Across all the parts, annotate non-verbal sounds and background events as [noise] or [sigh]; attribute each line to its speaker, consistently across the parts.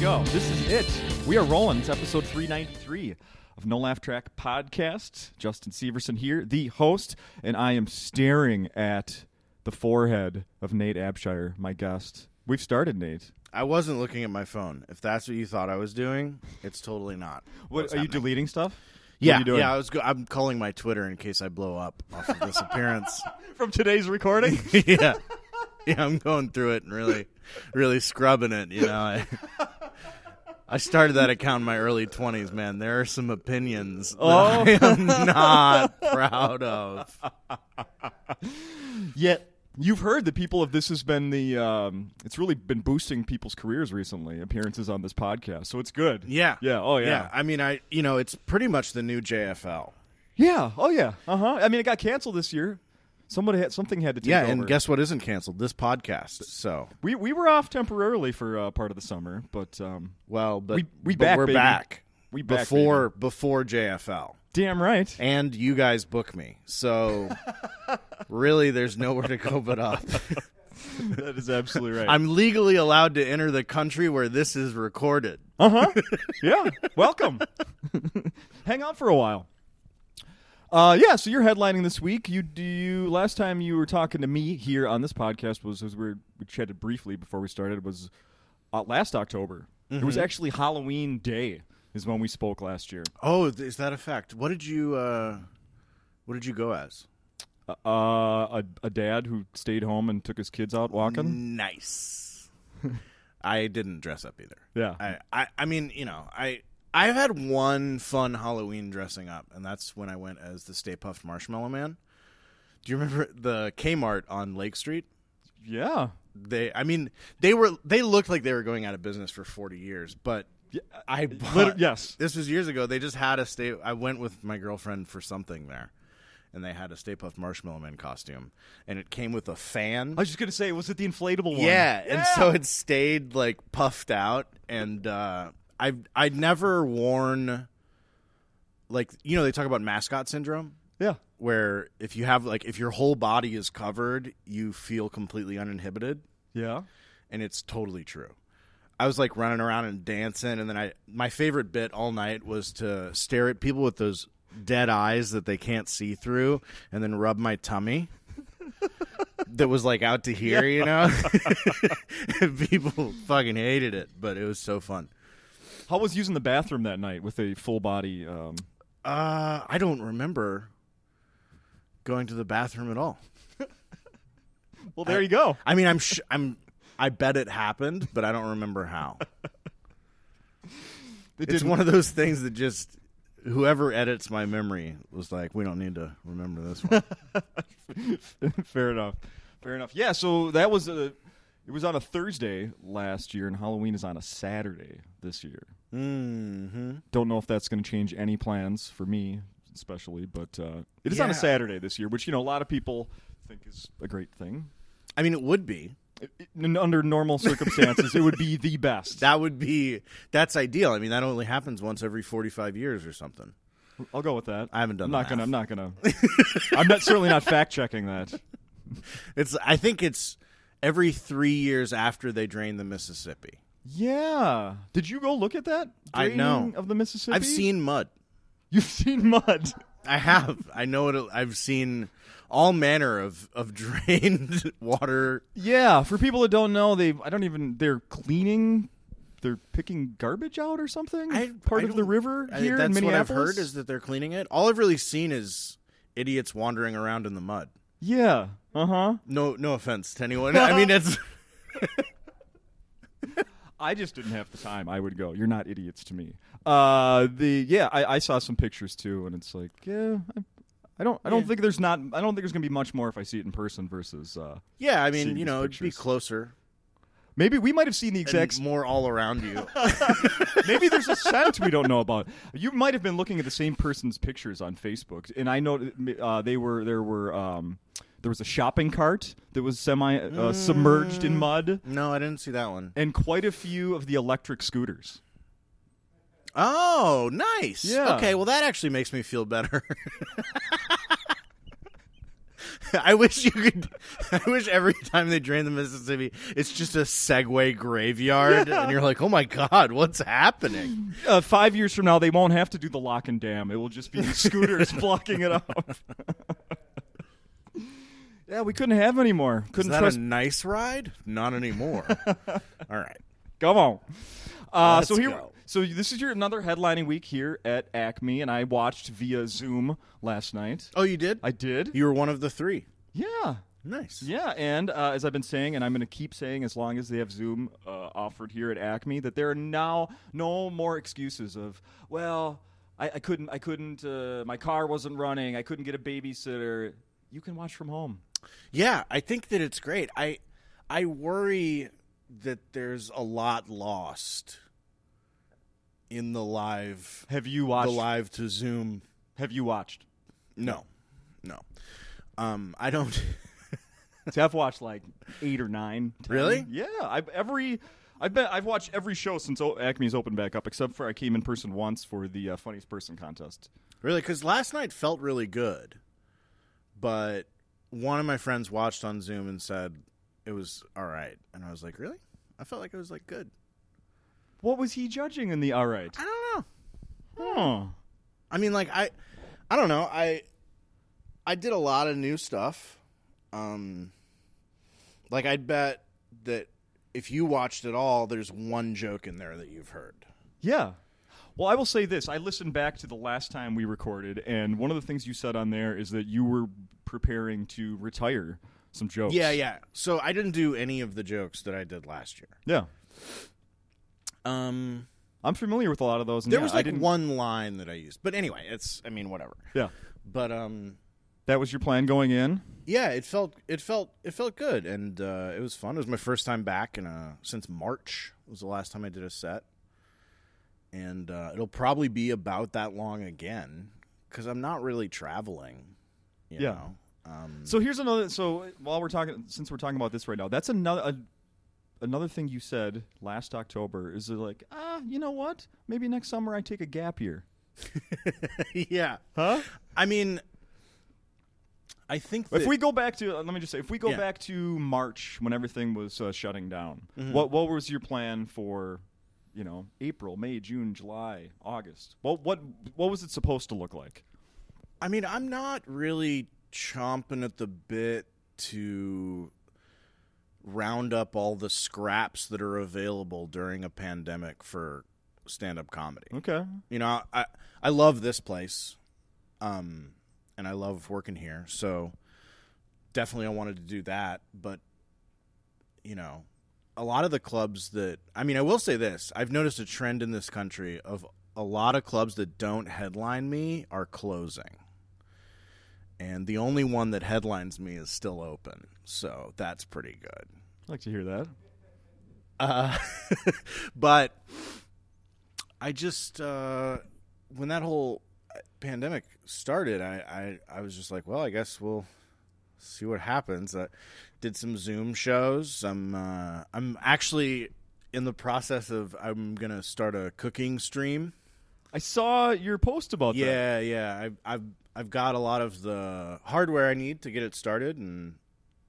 Speaker 1: go. This is it. We are rolling. It's episode 393 of No Laugh Track Podcast. Justin Severson here, the host, and I am staring at the forehead of Nate Abshire, my guest. We've started, Nate.
Speaker 2: I wasn't looking at my phone. If that's what you thought I was doing, it's totally not.
Speaker 1: What
Speaker 2: What's
Speaker 1: are you
Speaker 2: happening.
Speaker 1: deleting stuff?
Speaker 2: Yeah,
Speaker 1: what are you doing?
Speaker 2: yeah. I was. Go- I'm calling my Twitter in case I blow up off of [laughs] this appearance.
Speaker 1: From today's [laughs] recording?
Speaker 2: yeah, yeah. I'm going through it and really, really scrubbing it. You know, I, I started that account in my early 20s. Man, there are some opinions that [laughs]
Speaker 1: Oh, [laughs]
Speaker 2: I am not proud of.
Speaker 1: Yet you've heard that people of this has been the um, it's really been boosting people's careers recently. Appearances on this podcast, so it's good.
Speaker 2: Yeah,
Speaker 1: yeah, oh
Speaker 2: yeah.
Speaker 1: yeah,
Speaker 2: I mean, I you know, it's pretty much the new JFL.
Speaker 1: yeah, oh yeah. Uh huh. I mean, it got canceled this year. Somebody had something had to take
Speaker 2: Yeah,
Speaker 1: over.
Speaker 2: and guess what isn't canceled? This podcast. So
Speaker 1: we we were off temporarily for uh, part of the summer, but um,
Speaker 2: well, but
Speaker 1: We- we
Speaker 2: but
Speaker 1: back,
Speaker 2: we're
Speaker 1: baby.
Speaker 2: back.
Speaker 1: we back,
Speaker 2: before before JFL.
Speaker 1: baby. damn right.
Speaker 2: And you guys book me.
Speaker 1: [laughs]
Speaker 2: So really there's nowhere to go but up.
Speaker 1: [laughs] that is absolutely right.
Speaker 2: I'm legally allowed to enter the country where this is recorded.
Speaker 1: Uh huh. yeah. Welcome. [laughs] Hang on for a while. Uh, yeah. So you're headlining this week. You do. You, last time you were talking to me here on this podcast was as we, were, we chatted briefly before we started was uh, last October. It
Speaker 2: Mm-hmm.
Speaker 1: was actually Halloween Day is when we spoke last year.
Speaker 2: Oh, th- is that a fact? What did you uh what did you go as?
Speaker 1: Uh, a, a dad who stayed home and took his kids out walking.
Speaker 2: Nice. [laughs] I didn't dress up either.
Speaker 1: Yeah.
Speaker 2: I, I I mean, you know, I I've had one fun Halloween dressing up, and that's when I went as the Stay Puffed Marshmallow Man. Do you remember the Kmart on Lake Street?
Speaker 1: Yeah.
Speaker 2: they i mean they were they looked like they were going out of business for 40 years but i
Speaker 1: Lit-
Speaker 2: bought,
Speaker 1: yes.
Speaker 2: this was years ago they just had a stay i went with my girlfriend for something there and they had a stay puft marshmallow man costume and it came with a fan
Speaker 1: [laughs] I was just gonna say, was it the inflatable one?
Speaker 2: yeah, and so it stayed like puffed out and uh i i'd never worn like you know they talk about mascot syndrome
Speaker 1: [laughs] Yeah.
Speaker 2: where if you have like if your whole body is covered you feel completely uninhibited
Speaker 1: Yeah.
Speaker 2: and it's totally true. I was like running around and dancing, and then I my favorite bit all night was to stare at people with those dead eyes that they can't see through, and then rub my tummy. that was like out to here, you [laughs] know. people fucking hated it, but it was so fun.
Speaker 1: How was using the bathroom that night with a full body? Um,
Speaker 2: Uh, I don't remember going to the bathroom at all.
Speaker 1: well, there you go.
Speaker 2: I mean, I'm sh- I'm I bet it happened, but I don't remember how.
Speaker 1: It
Speaker 2: it's
Speaker 1: didn't-
Speaker 2: one of those things that just whoever edits my memory was like, we don't need to remember this one.
Speaker 1: [laughs] Fair enough. Fair enough. Yeah. So that was a. It was on a Thursday last year, and Halloween is on a Saturday this year.
Speaker 2: mm-hmm.
Speaker 1: Don't know if that's going to change any plans for me, especially, but uh, it is on a
Speaker 2: Yeah.
Speaker 1: Saturday this year, which you know a lot of people think is a great thing.
Speaker 2: I mean, it would be.
Speaker 1: It- it- n- under normal circumstances, it would be the best.
Speaker 2: That would be. That's ideal. I mean, that only happens once every forty-five years or something.
Speaker 1: I'll go with that.
Speaker 2: I haven't done
Speaker 1: I'm
Speaker 2: the
Speaker 1: not gonna.
Speaker 2: math.
Speaker 1: I'm not gonna. I'm not certainly not fact checking that.
Speaker 2: It's. I think it's every three years after they drain the Mississippi.
Speaker 1: Yeah. Did you go look at that?
Speaker 2: I
Speaker 1: draining
Speaker 2: know.
Speaker 1: of the Mississippi.
Speaker 2: I've seen mud.
Speaker 1: You've seen mud.
Speaker 2: I have. I know it. I've seen all manner of of [laughs] drained water.
Speaker 1: Yeah, for people that don't know, they I don't even they're cleaning, they're picking garbage out or something. part of the
Speaker 2: don't-
Speaker 1: river
Speaker 2: I-
Speaker 1: here in
Speaker 2: that's what I've
Speaker 1: Minneapolis.
Speaker 2: heard is that they're cleaning it. All I've really seen is idiots wandering around in the mud.
Speaker 1: yeah, uh huh.
Speaker 2: No, no offense to anyone. I
Speaker 1: [laughs]
Speaker 2: mean, it's
Speaker 1: I just didn't have the time. I would go. You're not idiots to me. Uh, the yeah, I, I saw some pictures too, and it's like yeah. I, I don't. I don't
Speaker 2: Yeah.
Speaker 1: think there's not. I don't think there's gonna be much more if I see it in person. Versus, uh,
Speaker 2: yeah. I
Speaker 1: Seeing
Speaker 2: mean, you know,
Speaker 1: these
Speaker 2: it'd be
Speaker 1: pictures.
Speaker 2: closer,
Speaker 1: maybe we might have seen the
Speaker 2: and
Speaker 1: exact.
Speaker 2: more all
Speaker 1: [laughs]
Speaker 2: around you. [laughs]
Speaker 1: Maybe there's a scent we don't know about. You might have been looking at the same person's pictures on Facebook, and I know uh, they were there were um, there was a shopping cart that was semi uh, submerged
Speaker 2: Mm.
Speaker 1: in mud,
Speaker 2: no, I didn't see that one.
Speaker 1: and quite a few of the electric scooters.
Speaker 2: Oh, nice.
Speaker 1: Yeah.
Speaker 2: Okay, well, that actually makes me feel better. [laughs] I wish you could. [laughs] I wish every time they drain the Mississippi, it's just a Segway graveyard, and you're like, oh my god, what's happening?
Speaker 1: Uh, five years from now, they won't have to do the lock and dam. It will just
Speaker 2: [laughs]
Speaker 1: be scooters blocking it off. [laughs] yeah, we couldn't have any more.
Speaker 2: Is
Speaker 1: Couldn't
Speaker 2: that
Speaker 1: trust.
Speaker 2: a nice ride? Not [laughs] anymore. All right.
Speaker 1: Come on. Uh,
Speaker 2: Let's
Speaker 1: so here,
Speaker 2: go.
Speaker 1: so this is your another headlining week here at Acme, and I watched via Zoom last night.
Speaker 2: Oh, you did.
Speaker 1: I did.
Speaker 2: [laughs] You were one of the three.
Speaker 1: Yeah.
Speaker 2: Nice.
Speaker 1: Yeah, and uh, as I've been saying, and I'm going to keep saying as long as they have Zoom uh, offered here at Acme, that there are now no more excuses of well, I, I couldn't, I couldn't, uh, my car wasn't running, I couldn't get a babysitter. You can watch from home.
Speaker 2: Yeah, I think that it's great. I I worry that there's a lot lost in the live
Speaker 1: Have you
Speaker 2: the
Speaker 1: watched?
Speaker 2: live to Zoom.
Speaker 1: have you watched?
Speaker 2: No. No. Um I don't [laughs]
Speaker 1: See, I've watched like eight or nine. ten.
Speaker 2: Really?
Speaker 1: Yeah. I've every. I've been. I've watched every show since o- Acme's opened back up, except for I came in person once for the uh, funniest person contest.
Speaker 2: really cuz last night felt really good. But one of my friends watched on Zoom and said it was all right. And I was like, "Really?" I felt like it was like good.
Speaker 1: What was he judging in the? All right.
Speaker 2: I don't know.
Speaker 1: Huh.
Speaker 2: I mean, like I, I don't know. I, I did a lot of new stuff. Um, like I bet that if you watched it all, there's one joke in there that you've heard.
Speaker 1: Yeah. Well, I will say this. I listened back to the last time we recorded, and one of the things you said on there is that you were preparing to retire some jokes.
Speaker 2: Yeah, yeah. So I didn't do any of the jokes that I did last year.
Speaker 1: Yeah.
Speaker 2: Um,
Speaker 1: I'm familiar with a lot of those. And
Speaker 2: there
Speaker 1: yeah,
Speaker 2: was
Speaker 1: I
Speaker 2: like
Speaker 1: didn't,
Speaker 2: one line that I used, but anyway, it's. I mean, whatever.
Speaker 1: Yeah.
Speaker 2: But um,
Speaker 1: That was your plan going in?
Speaker 2: yeah, it felt it felt it felt good, and uh, it was fun. It was my first time back in uh since March was the last time I did a set, and uh, it'll probably be about that long again because I'm not really traveling. You
Speaker 1: Yeah.
Speaker 2: Know?
Speaker 1: [laughs]
Speaker 2: Um,
Speaker 1: So here's another. So while we're talking, since we're talking about this right now, that's another a, another thing you said last October is that like, ah, you know what? Maybe next summer I take a gap year.
Speaker 2: yeah,
Speaker 1: Huh?
Speaker 2: I mean, I think that,
Speaker 1: If we go back to, let me just say, if we go
Speaker 2: Yeah.
Speaker 1: back to March when everything was uh, shutting down, what what was your plan for, you know, April, May, June, July, August? What what what was it supposed to look like?
Speaker 2: I mean, I'm not really chomping at the bit to round up all the scraps that are available during a pandemic for stand-up comedy.
Speaker 1: Okay,
Speaker 2: you know i i love this place um and i love working here so definitely i wanted to do that but you know a lot of the clubs that i mean i will say this i've noticed a trend in this country of a lot of clubs that don't headline me are closing and the only one that headlines me is still open so that's pretty good
Speaker 1: I like to hear that.
Speaker 2: uh, [laughs] but I just uh, when that whole pandemic started, I, I I was just like, well, I guess we'll see what happens. I did some Zoom shows. I'm uh, I'm actually in the process of I'm gonna start a cooking stream.
Speaker 1: I saw your post about that.
Speaker 2: Yeah, yeah. I've I've I've got a lot of the hardware I need to get it started, and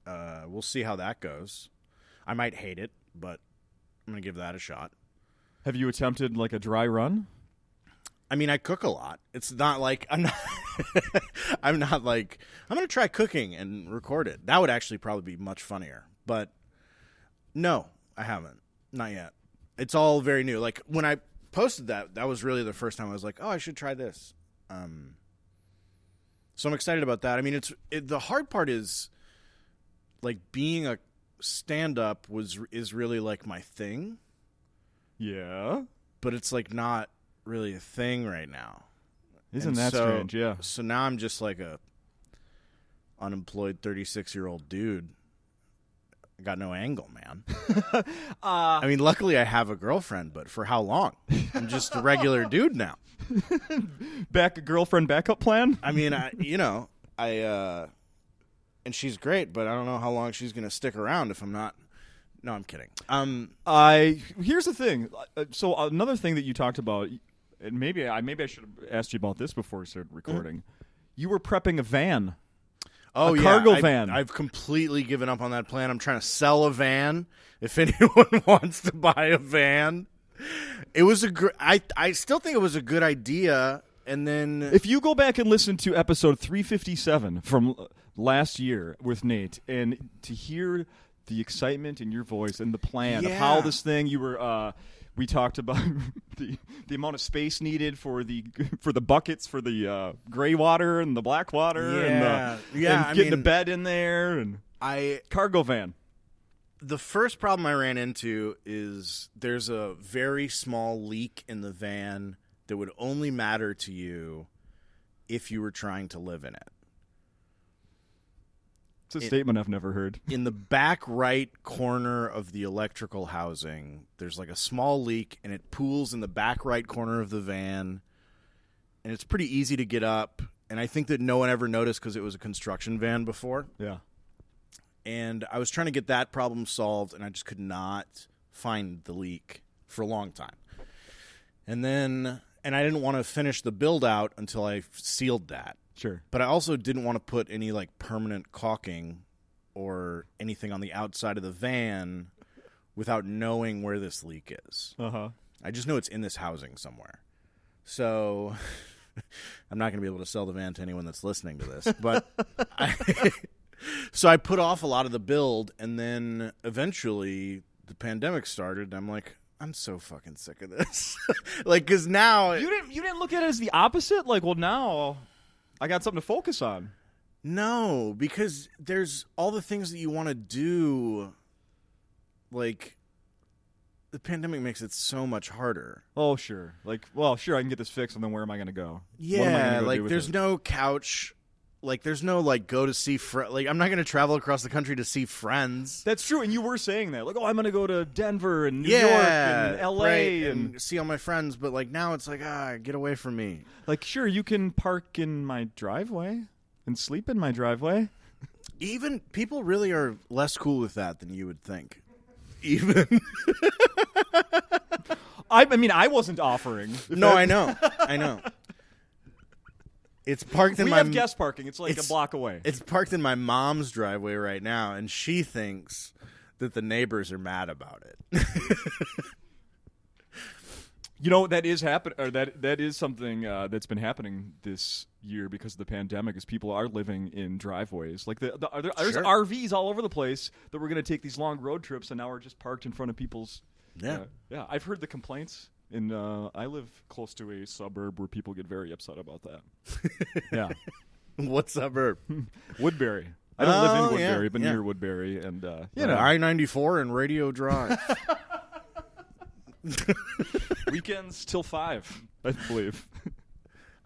Speaker 2: uh, we'll see how that goes. I might hate it, but I'm gonna give that a shot.
Speaker 1: Have you attempted like a dry run?
Speaker 2: I mean, I cook a lot. It's not like I'm not. [laughs] I'm not like I'm gonna try cooking and record it. That would actually probably be much funnier. But no, I haven't. Not yet. It's all very new. Like when I posted that, that was really the first time I was like, oh, I should try this. Um, so I'm excited about that. I mean, it's it, the hard part is like being a stand up was is really like my thing,
Speaker 1: Yeah,
Speaker 2: but it's like not really a thing right now.
Speaker 1: isn't
Speaker 2: And
Speaker 1: that
Speaker 2: so-
Speaker 1: strange? Yeah,
Speaker 2: So now I'm just like a unemployed 36 year old dude. I got no angle,
Speaker 1: [laughs]
Speaker 2: man.
Speaker 1: uh,
Speaker 2: I mean, luckily I have a girlfriend, but for how long? I'm just a
Speaker 1: [laughs]
Speaker 2: regular dude now.
Speaker 1: [laughs] back girlfriend backup plan.
Speaker 2: I mean, I you know, I uh and she's great, but I don't know how long she's going to stick around if I'm not No, I'm kidding. Um
Speaker 1: I here's the thing. Uh, So another thing that you talked about, and
Speaker 2: Mm-hmm.
Speaker 1: maybe I maybe I should have asked you about this before we started recording. You were prepping a van.
Speaker 2: Oh
Speaker 1: A
Speaker 2: yeah,
Speaker 1: cargo
Speaker 2: I-
Speaker 1: van.
Speaker 2: I've completely given up on that plan. I'm trying to sell a van. If [laughs] anyone wants to buy a van, it was a gr- I I still think it was a good idea. And then
Speaker 1: If you go back and listen to episode 357 from l- last year with Nate, and to hear the excitement in your voice and the plan of how
Speaker 2: Yeah.
Speaker 1: this thing you were, uh, we talked about [laughs] the the amount of space needed for the [laughs] for the buckets for the uh, gray water and the black water,
Speaker 2: Yeah.
Speaker 1: and, the,
Speaker 2: Yeah,
Speaker 1: and
Speaker 2: I
Speaker 1: getting a
Speaker 2: mean-
Speaker 1: bed in there and
Speaker 2: I
Speaker 1: cargo van.
Speaker 2: the first problem I ran into is there's a very small leak in the van that would only matter to you if you were trying to live in it.
Speaker 1: It's a statement I've never heard.
Speaker 2: in the back right corner of the electrical housing, there's like a small leak and it pools in the back right corner of the van. And it's pretty easy to get up. And I think that no one ever noticed because it was a construction van before.
Speaker 1: Yeah.
Speaker 2: And I was trying to get that problem solved and I just could not find the leak for a long time. And then, and I didn't want to finish the build out until I sealed that
Speaker 1: Sure.
Speaker 2: but I also didn't want to put any like permanent caulking or anything on the outside of the van without knowing where this leak is.
Speaker 1: Uh huh.
Speaker 2: I just know it's in this housing somewhere. So [laughs] I'm not going to be able to sell the van to anyone that's listening to this, but [laughs] I, so I put off a lot of the build and then eventually the pandemic started and I'm like I'm so fucking sick of this. [laughs] like cuz now
Speaker 1: You didn't you didn't look at it as the opposite? Like, well, now I got something to focus on.
Speaker 2: No, because there's all the things that you want to do. Like, the pandemic makes it so much harder.
Speaker 1: Oh sure, like well sure I can get this fixed, and then where am I going to go? what am I gonna
Speaker 2: Yeah,
Speaker 1: go do
Speaker 2: like
Speaker 1: with
Speaker 2: there's
Speaker 1: it?
Speaker 2: no couch. Like there's no like go to see fr- like I'm not gonna travel across the country to see friends.
Speaker 1: That's true, and you were saying that, like oh I'm going to go to Denver and New
Speaker 2: yeah,
Speaker 1: York and L.A.
Speaker 2: right,
Speaker 1: and,
Speaker 2: see all my friends, but like now it's like ah, get away from me.
Speaker 1: like sure you can park in my driveway and sleep in my driveway.
Speaker 2: Even people really are less cool with that than you would think. Even
Speaker 1: I, I mean I wasn't [laughs] offering.
Speaker 2: [laughs] no, I know, I know. It's parked in
Speaker 1: we
Speaker 2: my
Speaker 1: have guest parking. It's like a
Speaker 2: it's-
Speaker 1: block away.
Speaker 2: It's parked in my mom's driveway right now, and she thinks that the neighbors are mad about it. [laughs]
Speaker 1: You know that is happen or that that is something uh, that's been happening this year because of the pandemic. Is people are living in driveways, like the, the are there, there's
Speaker 2: Sure.
Speaker 1: RVs all over the place that we're going to take these long road trips, and now we're just parked in front of people's.
Speaker 2: Yeah.
Speaker 1: uh, yeah. I've heard the complaints, and uh, I live close to a suburb where people get very upset about
Speaker 2: [laughs]
Speaker 1: that. yeah,
Speaker 2: what suburb?
Speaker 1: Woodbury. I don't live in
Speaker 2: Oh, yeah,
Speaker 1: Woodbury, but
Speaker 2: yeah.
Speaker 1: near Woodbury, and uh, you
Speaker 2: You
Speaker 1: know,
Speaker 2: I ninety four and
Speaker 1: [laughs]
Speaker 2: Radio Drive.
Speaker 1: weekends till five, I believe.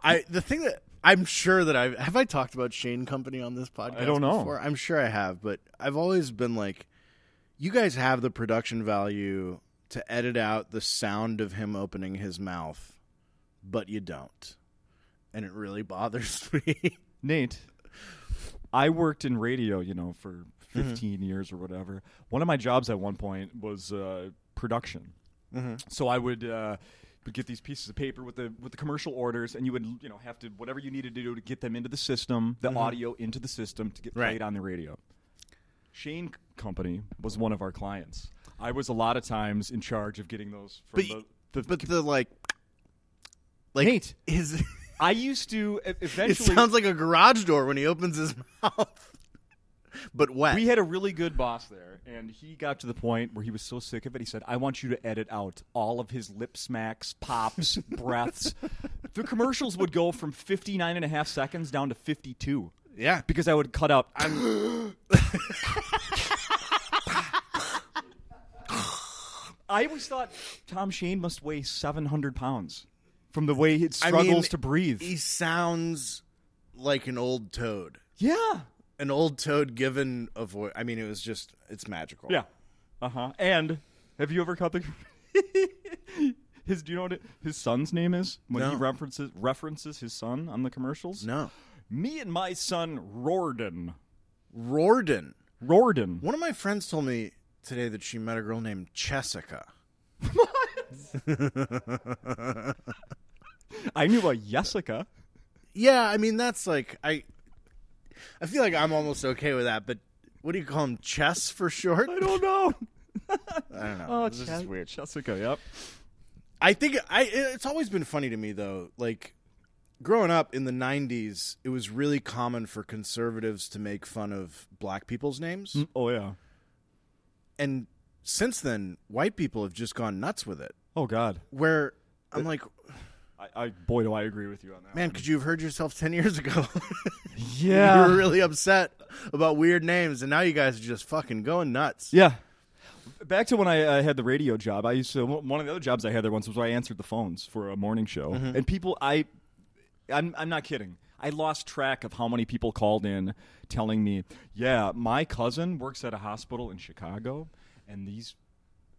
Speaker 2: I the thing that I'm sure that I've have I talked about Shane Company on this podcast.
Speaker 1: I don't know.
Speaker 2: Before? I'm sure I have, but I've always been like, you guys have the production value to edit out the sound of him opening his mouth, but you don't, and it really bothers [laughs] me.
Speaker 1: Nate, I worked in radio, you know, for
Speaker 2: Mm-hmm.
Speaker 1: 15 years or whatever. One of my jobs at one point was uh, production.
Speaker 2: Mm-hmm.
Speaker 1: So I would uh, would get these pieces of paper with the with the commercial orders, and you would you know have to whatever you needed to do to get them into the system, the audio into the system to get
Speaker 2: Mm-hmm. Right.
Speaker 1: played on the radio. Shane C- Company was one of our clients. I was a lot of times in charge of getting those from
Speaker 2: But y-
Speaker 1: the, the
Speaker 2: but the like, like
Speaker 1: Nate.
Speaker 2: [laughs] is
Speaker 1: I used to e-
Speaker 2: [laughs] it
Speaker 1: eventually
Speaker 2: sounds like a garage door when he opens his [laughs] mouth, but wet.
Speaker 1: we had a really good boss there, and he got to the point where he was so sick of it. He said, "I want you to edit out all of his lip smacks,
Speaker 2: [laughs]
Speaker 1: pops, breaths." The commercials would go from 59 and a half seconds down to 52
Speaker 2: yeah,
Speaker 1: because I would cut out. I always thought Tom Shane must weigh 700 pounds from the way it
Speaker 2: I
Speaker 1: struggles
Speaker 2: mean,
Speaker 1: to breathe.
Speaker 2: He sounds like an old toad.
Speaker 1: yeah.
Speaker 2: An old toad given a voice. I mean, it was just it's magical.
Speaker 1: Yeah. Uh huh. And have you ever caught the? [laughs] his. Do you know what it, his son's name is? When he
Speaker 2: No.
Speaker 1: references references his son on the commercials.
Speaker 2: No,
Speaker 1: Me and my son Rorden.
Speaker 2: Rorden.
Speaker 1: Rorden.
Speaker 2: One of my friends told me today that she met a girl named Jessica.
Speaker 1: I knew a Jessica.
Speaker 2: Yeah, I mean that's like I. I feel like I'm almost okay with that, but what do you call him? Chess for short?
Speaker 1: I don't know.
Speaker 2: I don't know.
Speaker 1: Oh,
Speaker 2: this is weird.
Speaker 1: Jessica, yep.
Speaker 2: I think I it's always been funny to me though. Like growing up in the 90s, it was really common for conservatives to make fun of black people's names.
Speaker 1: Oh yeah.
Speaker 2: And since then, white people have just gone nuts with it.
Speaker 1: Oh god.
Speaker 2: Where I'm like,
Speaker 1: I, I boy do I agree with you on that.
Speaker 2: man, could you have heard yourself 10 [laughs] years ago?
Speaker 1: yeah.
Speaker 2: you were really upset about weird names, and now you guys are just fucking going nuts.
Speaker 1: Yeah. Back to when I, I had the radio job, I used to one of the other jobs I had there once was I answered the phones for a morning show,
Speaker 2: Mm-hmm.
Speaker 1: and people I, I'm I'm not kidding. I lost track of how many people called in telling me, "Yeah, my cousin works at a hospital in Chicago, and these."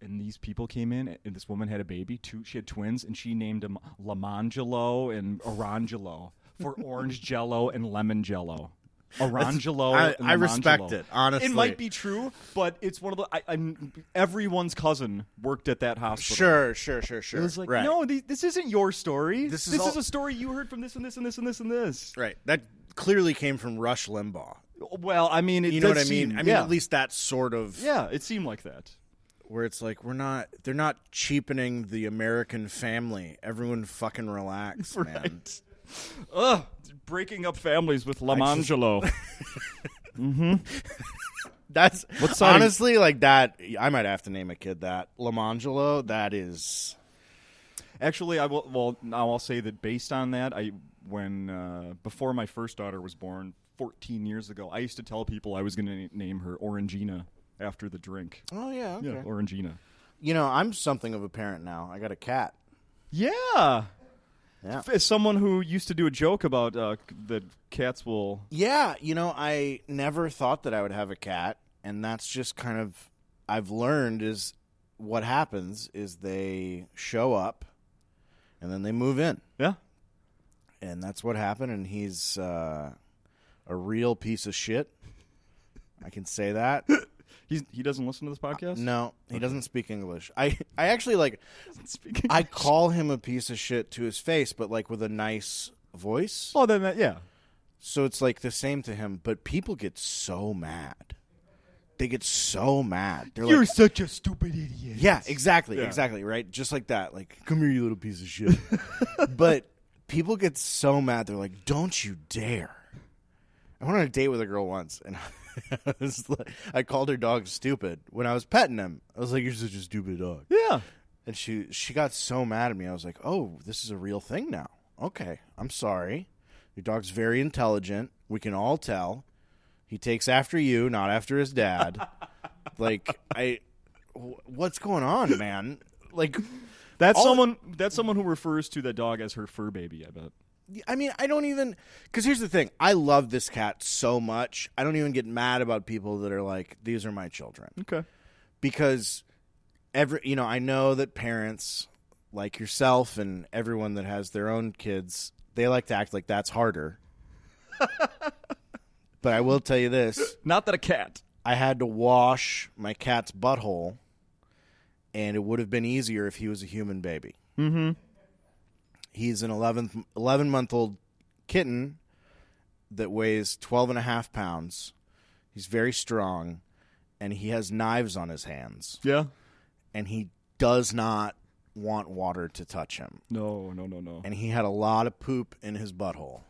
Speaker 1: And these people came in, and this woman had a baby. Two, she had twins, and she named them Lamangelo and Orangelo
Speaker 2: [laughs]
Speaker 1: for orange Jello and lemon Jello. Orangelo.
Speaker 2: I-
Speaker 1: and
Speaker 2: I respect
Speaker 1: Lemangelo.
Speaker 2: it, honestly.
Speaker 1: it might be true, but it's one of the. I, I'm everyone's cousin worked at that hospital.
Speaker 2: Sure, sure, sure, sure.
Speaker 1: It was like,
Speaker 2: right.
Speaker 1: no, th- this isn't your story.
Speaker 2: This
Speaker 1: This is,
Speaker 2: is all-
Speaker 1: a story you heard from this and this and this and this and this.
Speaker 2: Right. That clearly came from Rush Limbaugh.
Speaker 1: Well, I mean, it
Speaker 2: You know
Speaker 1: does
Speaker 2: what I mean?
Speaker 1: seem-
Speaker 2: I mean,
Speaker 1: yeah.
Speaker 2: at least that sort of
Speaker 1: yeah, it seemed like that.
Speaker 2: where it's like we're not they're not cheapening the American family. Everyone fucking [laughs] relax, man.
Speaker 1: [laughs] Ugh, breaking up families with Lamangelo.
Speaker 2: [laughs] That's
Speaker 1: Mm-hmm. side-
Speaker 2: honestly like that I might have to name a kid that. Lamangelo, that is
Speaker 1: Actually, I will. Well, now I'll say that based on that, I when uh, before my first daughter was born, 14 years ago, I used to tell people I was going to name her Orangina after the drink.
Speaker 2: Oh yeah, okay.
Speaker 1: Yeah, Orangina.
Speaker 2: You know, I'm something of a parent now. I got a cat.
Speaker 1: Yeah.
Speaker 2: Yeah.
Speaker 1: As someone who used to do a joke about uh, c- that cats will.
Speaker 2: Yeah, you know, I never thought that I would have a cat, and that's just kind of I've learned is what happens is they show up and then they move in.
Speaker 1: Yeah.
Speaker 2: And that's what happened and he's uh, a real piece of shit. I can say that.
Speaker 1: He's, he doesn't listen to this podcast?
Speaker 2: Uh, No, he doesn't speak English. I I actually like
Speaker 1: [laughs] Speaking.
Speaker 2: I call him a piece of shit to his face, but like with a nice voice.
Speaker 1: [laughs] oh, then that, yeah.
Speaker 2: So it's like the same to him, but people get so mad. They get so mad. They're like,
Speaker 1: such a stupid idiot.
Speaker 2: yeah, exactly,
Speaker 1: Yeah.
Speaker 2: exactly, right? Just like that. Like, come here, you little piece of shit. [laughs] but people get so mad. They're like, don't you dare. I went on a date with a girl once, and [laughs] I, was like, I called her dog stupid when I was petting him. I was like, you're such a stupid dog.
Speaker 1: Yeah.
Speaker 2: And she she got so mad at me. I was like, "Oh, this is a real thing now." Okay, I'm sorry. Your dog's very intelligent. We can all tell. He takes after you, not after his dad. like I, wh- what's going on, man? Like,
Speaker 1: That's
Speaker 2: All-
Speaker 1: someone that's someone who refers to that dog as her fur baby, I bet.
Speaker 2: I mean, I don't even. Because here's the thing: I love this cat so much. I don't even get mad about people that are like, "These are my children."
Speaker 1: Okay.
Speaker 2: because every you know I know that parents like yourself and everyone that has their own kids they like to act like that's harder. but I will tell you this:
Speaker 1: Not that a cat.
Speaker 2: I had to wash my cat's butthole, and it would have been easier if he was a human baby. Mm-hmm. He's an 11, 11 month old kitten that weighs 12 and a half pounds. He's very strong, and he has knives on his hands
Speaker 1: Yeah.
Speaker 2: and he does not want water to touch him.
Speaker 1: No, no, no, no.
Speaker 2: And he had a lot of poop in his butthole.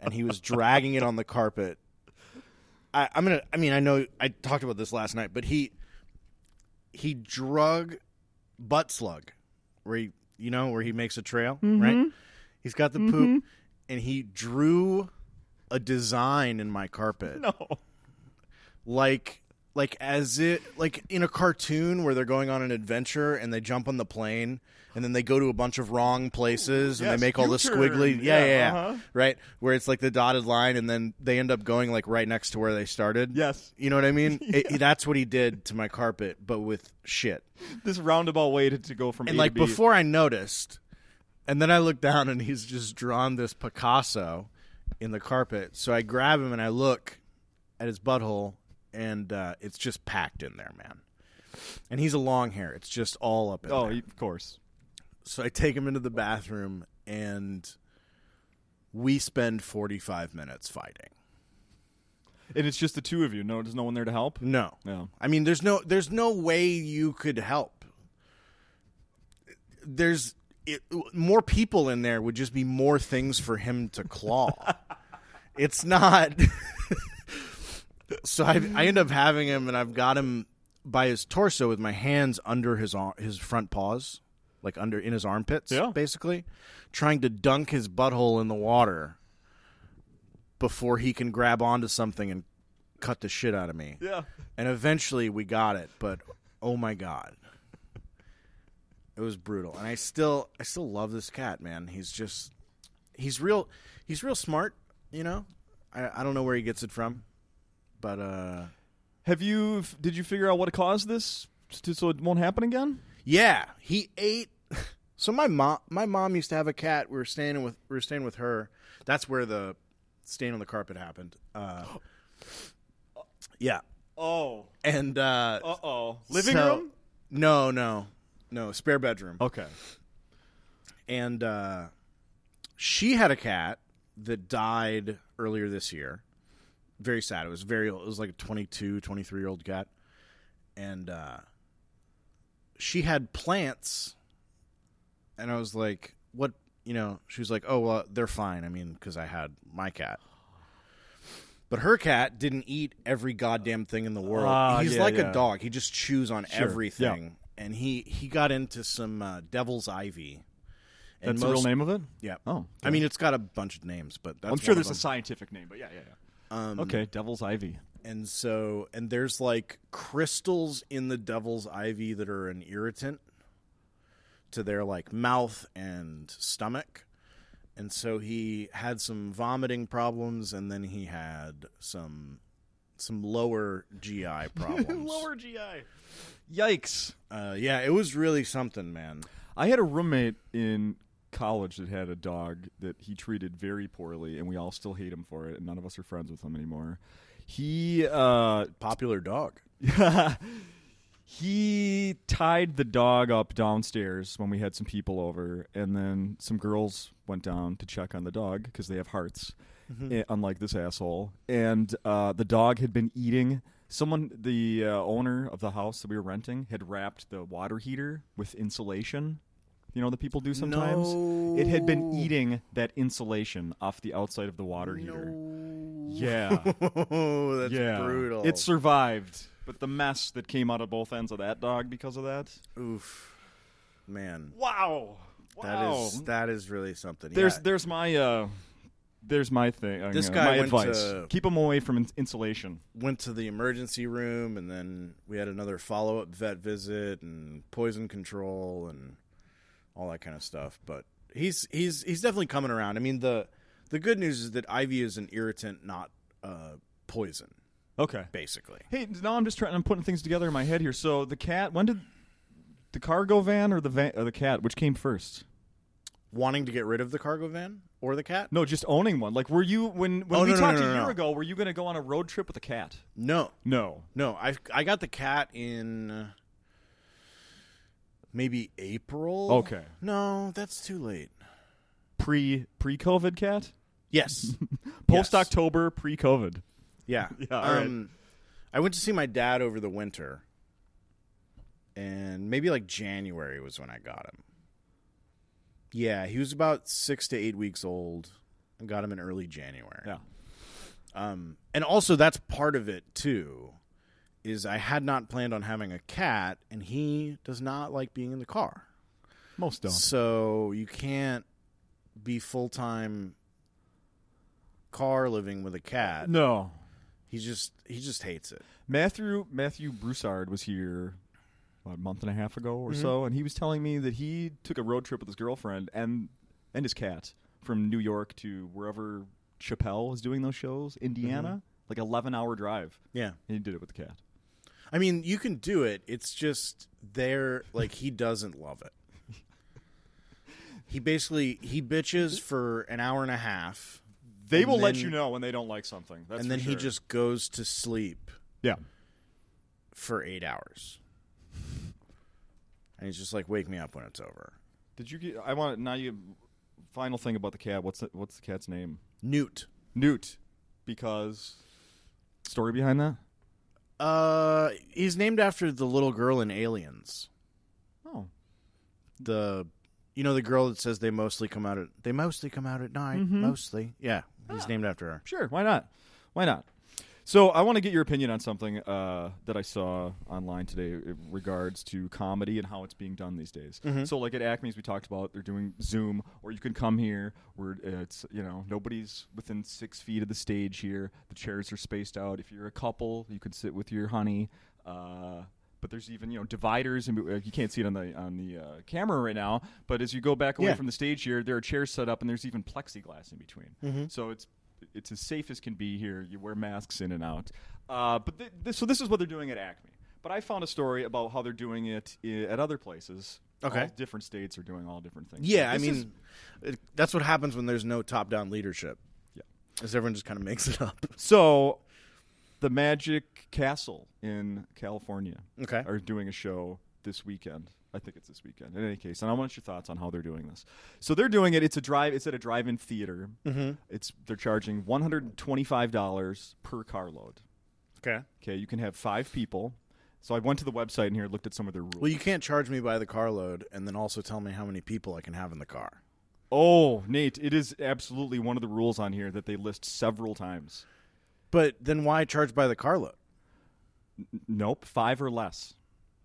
Speaker 2: and he was dragging it on the carpet. I, I'm gonna I mean, I know I talked about this last night, but he he drug butt slug where he you know, where he makes a trail, right? He's got the poop and he drew a design in my
Speaker 1: [laughs]
Speaker 2: carpet
Speaker 1: no.
Speaker 2: like like as it like in a cartoon where they're going on an adventure and they jump on the plane and then they go to a bunch of wrong places and
Speaker 1: Yes,
Speaker 2: they make all the
Speaker 1: U-turn.
Speaker 2: squiggly yeah yeah,
Speaker 1: Yeah,
Speaker 2: yeah.
Speaker 1: uh-huh.
Speaker 2: right where it's like the dotted line and then they end up going like right next to where they started
Speaker 1: Yes.
Speaker 2: you know what
Speaker 1: [laughs]
Speaker 2: i mean It- that's what he did to my carpet but with shit
Speaker 1: This roundabout way to, to go from
Speaker 2: and
Speaker 1: A
Speaker 2: like
Speaker 1: to B.
Speaker 2: before I noticed, and then I look down and he's just drawn this Picasso in the carpet. So I grab him and I look at his butthole, and uh, it's just packed in there, man. And he's a long hair; it's just all up in
Speaker 1: Oh,
Speaker 2: there.
Speaker 1: y- of course.
Speaker 2: So I take him into the bathroom, and we spend forty-five minutes fighting.
Speaker 1: And it's just the two of you. No, there's no one there to help.
Speaker 2: No.
Speaker 1: No.
Speaker 2: I mean, there's no there's no way you could help. There's it, more people in there would just be more things for him to claw. it's not. [laughs] so I I end up having him, and I've got him by his torso with my hands under his ar- his front paws, like under in his armpits,
Speaker 1: Yeah.
Speaker 2: basically, trying to dunk his butthole in the water before he can grab onto something and cut the shit out of me.
Speaker 1: Yeah.
Speaker 2: And eventually we got it, but oh my god. It was brutal. And I still I still love this cat, man. He's just he's real he's real smart, you know? I, I don't know where he gets it from. But uh
Speaker 1: Have you? f- Did you figure out what caused this s- so it won't happen again?
Speaker 2: Yeah, he ate. [laughs] So my mom, my mom used to have a cat. We were staying with we were staying with her. That's where the stain on the carpet happened. Uh, yeah,
Speaker 1: Oh.
Speaker 2: and uh,
Speaker 1: Uh oh. Living
Speaker 2: so-
Speaker 1: room.
Speaker 2: No, no, no. Spare bedroom.
Speaker 1: Okay.
Speaker 2: And uh, she had a cat that died earlier this year. Very sad. It was very. It was like a 22, 23 year old cat, and uh, she had plants. And I was like, "What?" You know, she was like, "Oh, well, they're fine." I mean, because I had my cat. But her cat didn't eat every goddamn thing in the world.
Speaker 1: Ah,
Speaker 2: He's
Speaker 1: yeah,
Speaker 2: like
Speaker 1: yeah.
Speaker 2: a dog. He just chews on
Speaker 1: Sure,
Speaker 2: everything. And he he got into some uh, devil's ivy. And
Speaker 1: That's the real
Speaker 2: most-
Speaker 1: name of it.
Speaker 2: Yeah.
Speaker 1: Oh.
Speaker 2: I mean, it's got a bunch of names, but that's
Speaker 1: I'm sure
Speaker 2: one of
Speaker 1: there's a
Speaker 2: them.
Speaker 1: scientific name, but yeah, yeah, yeah.
Speaker 2: Um,
Speaker 1: okay, Devil's Ivy.
Speaker 2: and so and there's like crystals in the devil's ivy that are an irritant to their like mouth and stomach and so he had some vomiting problems and then he had some some lower gi
Speaker 1: [laughs]
Speaker 2: problems
Speaker 1: GI. Yikes.
Speaker 2: uh, yeah it was really something man
Speaker 1: I had a roommate in college that had a dog that he treated very poorly, and we all still hate him for it, and none of us are friends with him anymore. He uh,
Speaker 2: popular dog
Speaker 1: [laughs] he tied the dog up downstairs when we had some people over, and then some girls went down to check on the dog because they have hearts, eh, unlike this asshole. And uh, the dog had been eating. Someone, the uh, owner of the house that we were renting, had wrapped the water heater with insulation. You know that people do sometimes. It had been
Speaker 2: No.
Speaker 1: eating that insulation off the outside of the water heater. Yeah.
Speaker 2: oh [laughs] that's
Speaker 1: yeah.
Speaker 2: brutal
Speaker 1: It survived, but the mess that came out of both ends of that dog because of that.
Speaker 2: oof man
Speaker 1: Wow.
Speaker 2: that is that is really something
Speaker 1: there's
Speaker 2: Yeah.
Speaker 1: there's my uh there's my thing. uh,
Speaker 2: This
Speaker 1: uh,
Speaker 2: guy
Speaker 1: my
Speaker 2: went
Speaker 1: advice.
Speaker 2: to-
Speaker 1: Keep them away from in- insulation.
Speaker 2: went to the emergency room and then we had another follow-up vet visit and poison control and all that kind of stuff but he's he's he's definitely coming around i mean the the good news is that ivy is an irritant not uh poison
Speaker 1: Okay.
Speaker 2: basically
Speaker 1: Hey, now I'm just trying I'm putting things together in my head here. So the cat, when did the cargo van or the van or the cat which came first?
Speaker 2: wanting to get rid of the cargo van or the cat
Speaker 1: No, just owning one. Like were you when when
Speaker 2: Oh,
Speaker 1: we
Speaker 2: no, no,
Speaker 1: talked
Speaker 2: no,
Speaker 1: a
Speaker 2: no,
Speaker 1: year
Speaker 2: no.
Speaker 1: ago, were you going to go on a road trip with a cat?
Speaker 2: no
Speaker 1: No.
Speaker 2: no i i got the cat in maybe april
Speaker 1: Okay.
Speaker 2: no that's too late
Speaker 1: Pre pre-COVID cat?
Speaker 2: yes
Speaker 1: [laughs] Post October, pre COVID. [laughs]
Speaker 2: Yeah. Um,
Speaker 1: all right.
Speaker 2: I went to see my dad over the winter, and maybe like January was when I got him. Yeah, he was about six to eight weeks old. I got him in early January.
Speaker 1: Yeah.
Speaker 2: Um, and also that's part of it too, is I had not planned on having a cat, and he does not like being in the car.
Speaker 1: Most don't.
Speaker 2: So you can't be full time car living with a cat.
Speaker 1: No.
Speaker 2: He just he just hates it.
Speaker 1: Matthew Matthew Broussard was here about a month and a half ago or so, and he was telling me that he took a road trip with his girlfriend and and his cat from New York to wherever Chappelle is doing those shows, Indiana, like eleven hour drive.
Speaker 2: Yeah.
Speaker 1: And he did it with the cat.
Speaker 2: I mean, you can do it. It's just there like he doesn't love it. He basically he bitches for an hour and a half
Speaker 1: They
Speaker 2: And
Speaker 1: will let
Speaker 2: then-
Speaker 1: you know when they don't like something. That's
Speaker 2: and
Speaker 1: for
Speaker 2: then he
Speaker 1: sure.
Speaker 2: just goes to sleep
Speaker 1: yeah.
Speaker 2: for 8 hours. And he's just like wake me up when it's over.
Speaker 1: Did you get? I want now. You final thing about the cat. What's the, what's the cat's name?
Speaker 2: Newt.
Speaker 1: Newt, because Story behind that?
Speaker 2: Uh, he's named after the little girl in Aliens.
Speaker 1: Oh,
Speaker 2: The, you know, the girl that says they mostly come out at they mostly come out at night.
Speaker 1: Mm-hmm.
Speaker 2: Mostly, yeah. He's
Speaker 1: Ah.
Speaker 2: named after her.
Speaker 1: sure. Why not? Why not? So I want to get your opinion on something uh, that I saw online today in regards to comedy and how it's being done these days. So like at Acme's, we talked about they're doing Zoom, or you can come here where it's you know nobody's within six feet of the stage here. The chairs are spaced out. If you're a couple, you can sit with your honey. Uh, but there's even you know dividers, and uh, you can't see it on the on the uh, camera right now. But as you go back away
Speaker 2: Yeah.
Speaker 1: from the stage here, there are chairs set up, and there's even plexiglass in between. So it's it's as safe as can be here. You wear masks in and out. Uh, but th- this, so this is what they're doing at Acme. But I found a story about how they're doing it i- at other places.
Speaker 2: Okay.
Speaker 1: All different states are doing all different things.
Speaker 2: Yeah, I
Speaker 1: This is-
Speaker 2: mean, it, that's what happens when there's no top-down leadership.
Speaker 1: Yeah.
Speaker 2: is everyone just kind of makes it up.
Speaker 1: so the Magic Castle in California
Speaker 2: Okay.
Speaker 1: are doing a show this weekend. I think it's this weekend. In any case, and I want your thoughts on how they're doing this. So they're doing it. It's a drive. It's at a drive-in theater. Mm-hmm. It's they're charging one hundred and twenty-five dollars per carload.
Speaker 2: Okay.
Speaker 1: Okay, you can have five people. So I went to the website and here looked at some of their rules.
Speaker 2: Well, you can't charge me by the carload and then also tell me how many people I can have in the car.
Speaker 1: oh, Nate, it is absolutely one of the rules on here that they list several times.
Speaker 2: But then why charge by the carload?
Speaker 1: N- nope, five or less.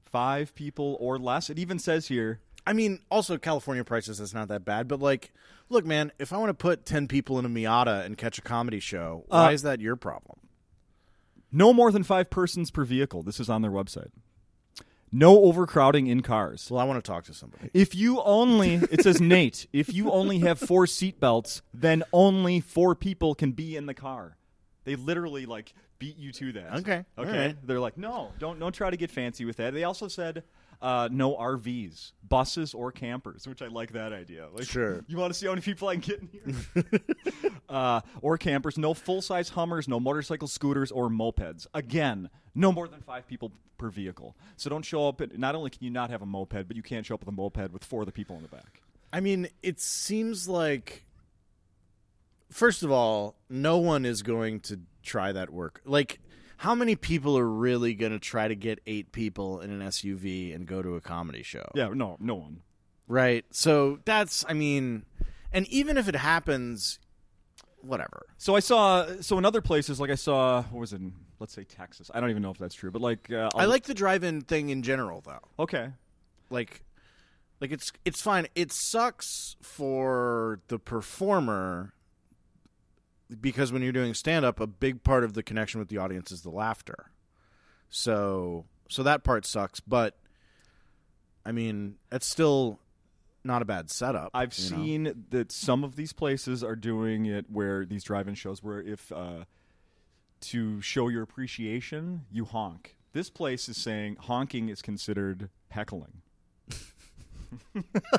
Speaker 1: Five people or less. It even says here.
Speaker 2: I mean, also California prices is not that bad, but like, look, man, if I want to put ten people in a Miata and catch a comedy show,
Speaker 1: Uh,
Speaker 2: why is that your problem?
Speaker 1: No more than five persons per vehicle. This is on their website. No overcrowding in cars.
Speaker 2: Well, I want to talk to somebody.
Speaker 1: If you only, it
Speaker 2: [laughs]
Speaker 1: says Nate, if you only have four seatbelts, then only four people can be in the car. They literally like beat you to that.
Speaker 2: Okay, all
Speaker 1: Okay.
Speaker 2: right.
Speaker 1: They're like, no, don't don't try to get fancy with that. They also said uh, no RVs, buses, or campers, which I like that idea. Like,
Speaker 2: Sure.
Speaker 1: You want to see how many people I can get in here?
Speaker 2: [laughs]
Speaker 1: uh, or campers, no full size Hummers, no motorcycle scooters or mopeds. Again, no more than five people per vehicle. So don't show up. At, not only can you not have a moped, but you can't show up with a moped with four of the people in the back.
Speaker 2: I mean, it seems like first of all, no one is going to try that work. Like how many people are really going to try to get 8 people in an SUV and go to a comedy show?
Speaker 1: Yeah, no, no one.
Speaker 2: Right. So that's I mean, and even if it happens whatever.
Speaker 1: So I saw. So in other places, like I saw, what was it? in, Let's say Texas. I don't even know if that's true, but like uh,
Speaker 2: I like the drive-in thing in general though.
Speaker 1: Okay.
Speaker 2: like like it's it's fine it sucks for the performer because when you're doing stand up a big part of the connection with the audience is the laughter so so that part sucks but i mean it's still not a bad setup
Speaker 1: I've
Speaker 2: you know?
Speaker 1: seen that some of these places are doing it where these drive-in shows where if uh, to show your appreciation, you honk. This place is saying honking is considered heckling. [laughs]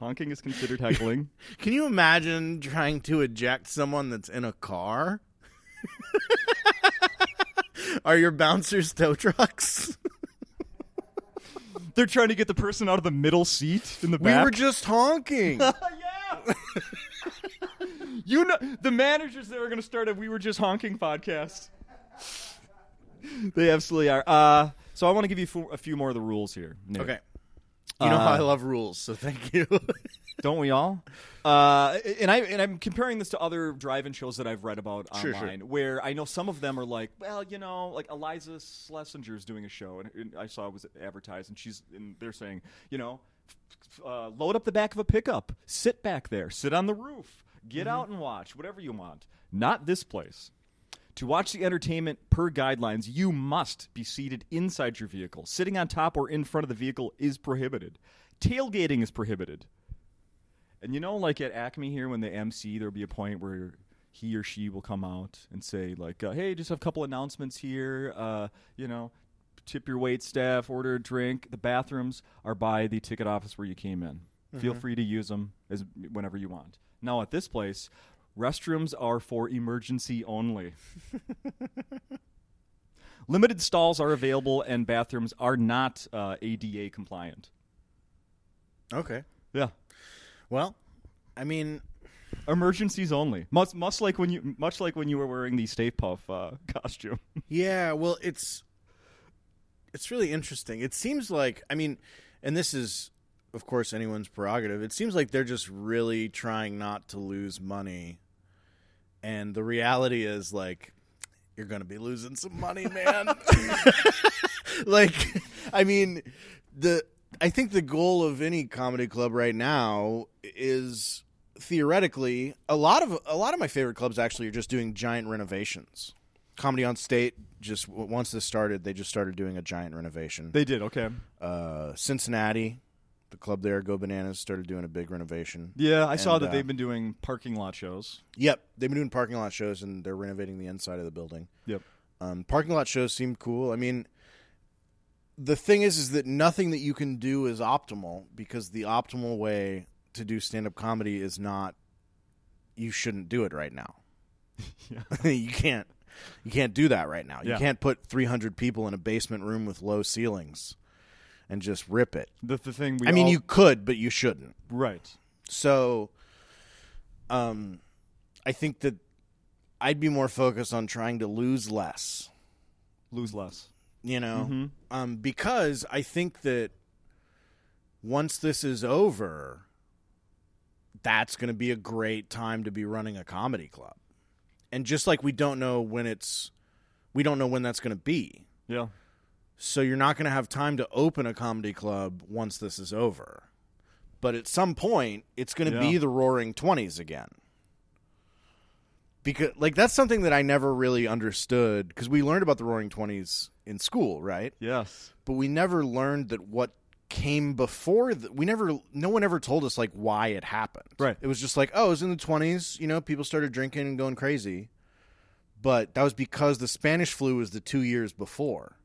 Speaker 1: honking is considered heckling.
Speaker 2: can you imagine trying to eject someone that's in a car [laughs] are your bouncers tow trucks
Speaker 1: [laughs] They're trying to get the person out of the middle seat in the
Speaker 2: we
Speaker 1: back.
Speaker 2: were just [laughs] honking
Speaker 1: yeah. [laughs] you know the managers that are going to start a "We Were Just Honking" podcast. They absolutely are. Uh, so I want to give you fo- a few more of the rules here. Nate.
Speaker 2: Okay. You know how
Speaker 1: Uh,
Speaker 2: I love rules, so thank you. [laughs]
Speaker 1: don't we all? Uh, and I and I'm comparing this to other drive-in shows that I've read about
Speaker 2: Sure, sure.
Speaker 1: online, where I know some of them are like, well, you know, like Eliza Schlesinger is doing a show, and, and I saw it was advertised, and she's and they're saying, you know, f- f- uh, load up the back of a pickup, sit back there, sit on the roof, get
Speaker 2: Mm-hmm.
Speaker 1: out and watch whatever you want. Not this place. To watch the entertainment per guidelines, you must be seated inside your vehicle. Sitting on top or in front of the vehicle is prohibited. Tailgating is prohibited. And you know, like at Acme here, when they MC, there'll be a point where he or she will come out and say, like, uh, "Hey, just have a couple announcements here. Uh, you know, tip your wait staff, order a drink. The bathrooms are by the ticket office where you came in. Feel free to use them as whenever you want." Now at this place, restrooms are for emergency only. Limited stalls are available, and bathrooms are not uh, ADA compliant.
Speaker 2: okay.
Speaker 1: Yeah.
Speaker 2: Well, I mean,
Speaker 1: Emergencies only. Much, much like when you, much like when you were wearing the Stay Puff uh, [laughs] costume.
Speaker 2: Yeah, well, it's it's really interesting. It seems like I mean, and this is of course anyone's prerogative. It seems like they're just really trying not to lose money. And the reality is like you're going to be losing some money, man. [laughs] like I mean, the I think the goal of any comedy club right now is theoretically a lot of a lot of my favorite clubs actually are just doing giant renovations. Comedy on State just w- once this started, they just started doing a giant renovation.
Speaker 1: They did okay.
Speaker 2: Uh, Cincinnati, the club there, Go Bananas, started doing a big renovation.
Speaker 1: Yeah, I saw
Speaker 2: And,
Speaker 1: that
Speaker 2: uh,
Speaker 1: they've been doing parking lot shows.
Speaker 2: Yep, they've been doing parking lot shows and they're renovating the inside of the building.
Speaker 1: Yep.
Speaker 2: Um, parking lot shows seem cool. I mean, the thing is, is that nothing that you can do is optimal because the optimal way to do stand up comedy is not. You shouldn't do it
Speaker 1: [laughs]
Speaker 2: right now. [laughs] you can't. You can't do that right now. You
Speaker 1: Yeah.
Speaker 2: can't put 300 people in a basement room with low ceilings and just rip it.
Speaker 1: The, the thing we
Speaker 2: I mean,
Speaker 1: all-
Speaker 2: you could, but you shouldn't.
Speaker 1: right.
Speaker 2: So, um, I think that I'd be more focused on trying to lose less
Speaker 1: Lose less.
Speaker 2: you know
Speaker 1: Mhm.
Speaker 2: um, because i think that once this is over that's going to be a great time to be running a comedy club and just like we don't know when it's we don't know when that's going to be
Speaker 1: Yeah.
Speaker 2: so you're not going to have time to open a comedy club once this is over but at some point it's going to
Speaker 1: Yeah.
Speaker 2: be the roaring 20s again because like that's something that i never really understood because we learned about the roaring 20s in school right
Speaker 1: Yes.
Speaker 2: but we never learned that what came before the, we never no one ever told us like why it happened
Speaker 1: Right.
Speaker 2: it was just like oh it was in the 20s you know people started drinking and going crazy but that was because the spanish flu was the two years before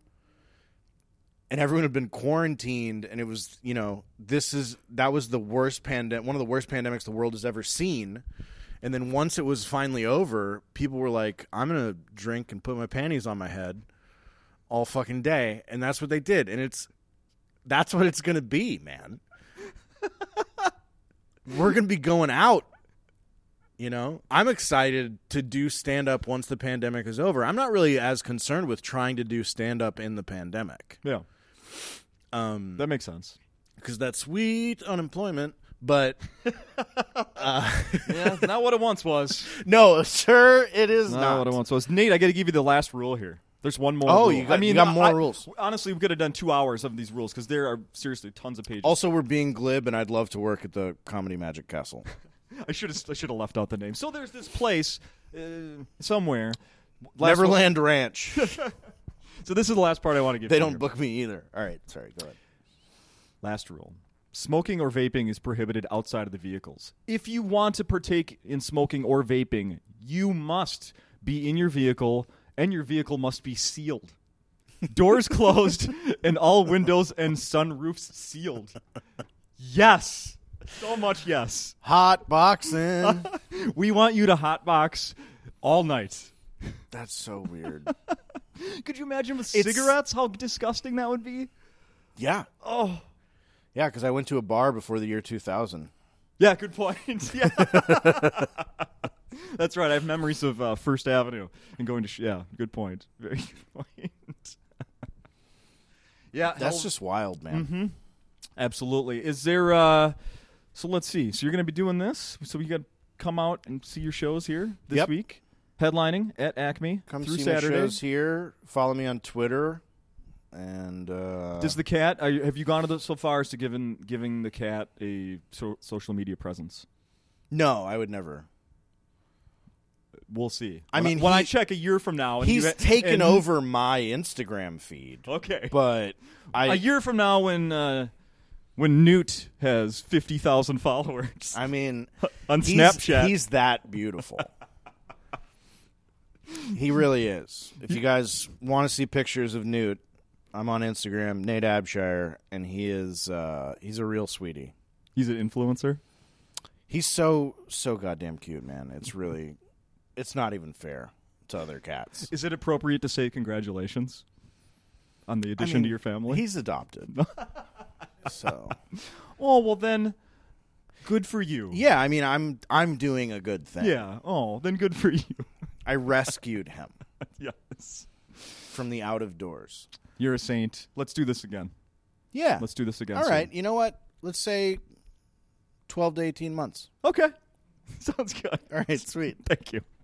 Speaker 2: and everyone had been quarantined and it was you know this is that was the worst pandemic one of the worst pandemics the world has ever seen and then once it was finally over people were like i'm gonna drink and put my panties on my head all fucking day and that's what they did and it's that's what it's gonna be man we're gonna be going out you know i'm excited to do stand up once the pandemic is over i'm not really as concerned with trying to do stand up in the pandemic
Speaker 1: Yeah.
Speaker 2: um
Speaker 1: That makes sense.
Speaker 2: because that's sweet unemployment. But [laughs]
Speaker 1: Yeah. not what it once [laughs] was.
Speaker 2: no, sir, it is
Speaker 1: not,
Speaker 2: not.
Speaker 1: what I want. So it's Nate. I got to give you the last rule here. There's one more.
Speaker 2: Oh,
Speaker 1: rule.
Speaker 2: you got-
Speaker 1: I mean,
Speaker 2: you got more
Speaker 1: I-
Speaker 2: rules.
Speaker 1: Honestly, we could have done two hours of these rules because there are seriously tons of pages.
Speaker 2: Also, we're being glib, and I'd love to work at the Comedy Magic Castle.
Speaker 1: I should have I should have left out the name. So there's this place uh, somewhere. Last one- [laughs]
Speaker 2: Neverland Ranch.
Speaker 1: So this is the last part I want to give.
Speaker 2: they
Speaker 1: to
Speaker 2: don't
Speaker 1: here.
Speaker 2: book me either. All right, sorry, go ahead.
Speaker 1: Last rule. Smoking or vaping is prohibited outside of the vehicles. If you want to partake in smoking or vaping, you must be in your vehicle and your vehicle must be
Speaker 2: [laughs]
Speaker 1: sealed. Doors closed and all windows and sunroofs sealed. Yes. So much yes.
Speaker 2: Hot boxing.
Speaker 1: We want you to hotbox all night.
Speaker 2: [laughs] that's so weird.
Speaker 1: Could you imagine with
Speaker 2: It's-
Speaker 1: cigarettes how disgusting that would be?
Speaker 2: Yeah,
Speaker 1: Oh.
Speaker 2: yeah, because I went to a bar before the year 2000.
Speaker 1: Yeah, good point. [laughs] Yeah. That's right. I have memories of uh, First Avenue and going to. Sh- yeah, good point. [laughs] Very good point. [laughs] yeah,
Speaker 2: That's
Speaker 1: hell- Mm-hmm.
Speaker 2: just wild, man.
Speaker 1: absolutely. Is there? uh So let's see. So you're going to be doing this. So you got to come out and see your shows here this
Speaker 2: Yep.
Speaker 1: week, headlining at Acme
Speaker 2: Come
Speaker 1: through
Speaker 2: see
Speaker 1: Saturday.
Speaker 2: my shows here. Follow me on Twitter, and uh,
Speaker 1: Does the cat? Are you, have you gone to the, so far as to giving giving the cat a so, social media presence?
Speaker 2: no, I would never.
Speaker 1: We'll see.
Speaker 2: I
Speaker 1: When
Speaker 2: mean,
Speaker 1: when I
Speaker 2: he-
Speaker 1: check a year from now, and
Speaker 2: He's
Speaker 1: you-
Speaker 2: taken
Speaker 1: and-
Speaker 2: over my Instagram feed.
Speaker 1: Okay,
Speaker 2: but
Speaker 1: A
Speaker 2: I,
Speaker 1: year from now when uh, when Newt has 50,000 followers
Speaker 2: I mean,
Speaker 1: on
Speaker 2: he's,
Speaker 1: Snapchat.
Speaker 2: he's that beautiful. he really is. If you guys want to see pictures of Newt, I'm on Instagram, Nate Abshire, and he is uh, he's a real sweetie.
Speaker 1: he's an influencer.
Speaker 2: He's so so goddamn cute, man. It's really, it's not even fair to other cats.
Speaker 1: Is it appropriate to say congratulations on the
Speaker 2: I
Speaker 1: addition to [laughs]
Speaker 2: mean,
Speaker 1: your family?
Speaker 2: He's adopted, so
Speaker 1: Oh, well then Good for you.
Speaker 2: Yeah, I mean, I'm I'm doing a good thing.
Speaker 1: Yeah. Oh, then good for [laughs] you.
Speaker 2: I rescued him
Speaker 1: yes.
Speaker 2: from the out of doors.
Speaker 1: You're a saint. Let's do this again.
Speaker 2: Yeah.
Speaker 1: Let's do this again.
Speaker 2: All
Speaker 1: soon.
Speaker 2: right. You know what? Let's say 12 to 18 months. [laughs]
Speaker 1: Okay. [laughs] Sounds good.
Speaker 2: All right, sweet.
Speaker 1: Thank you.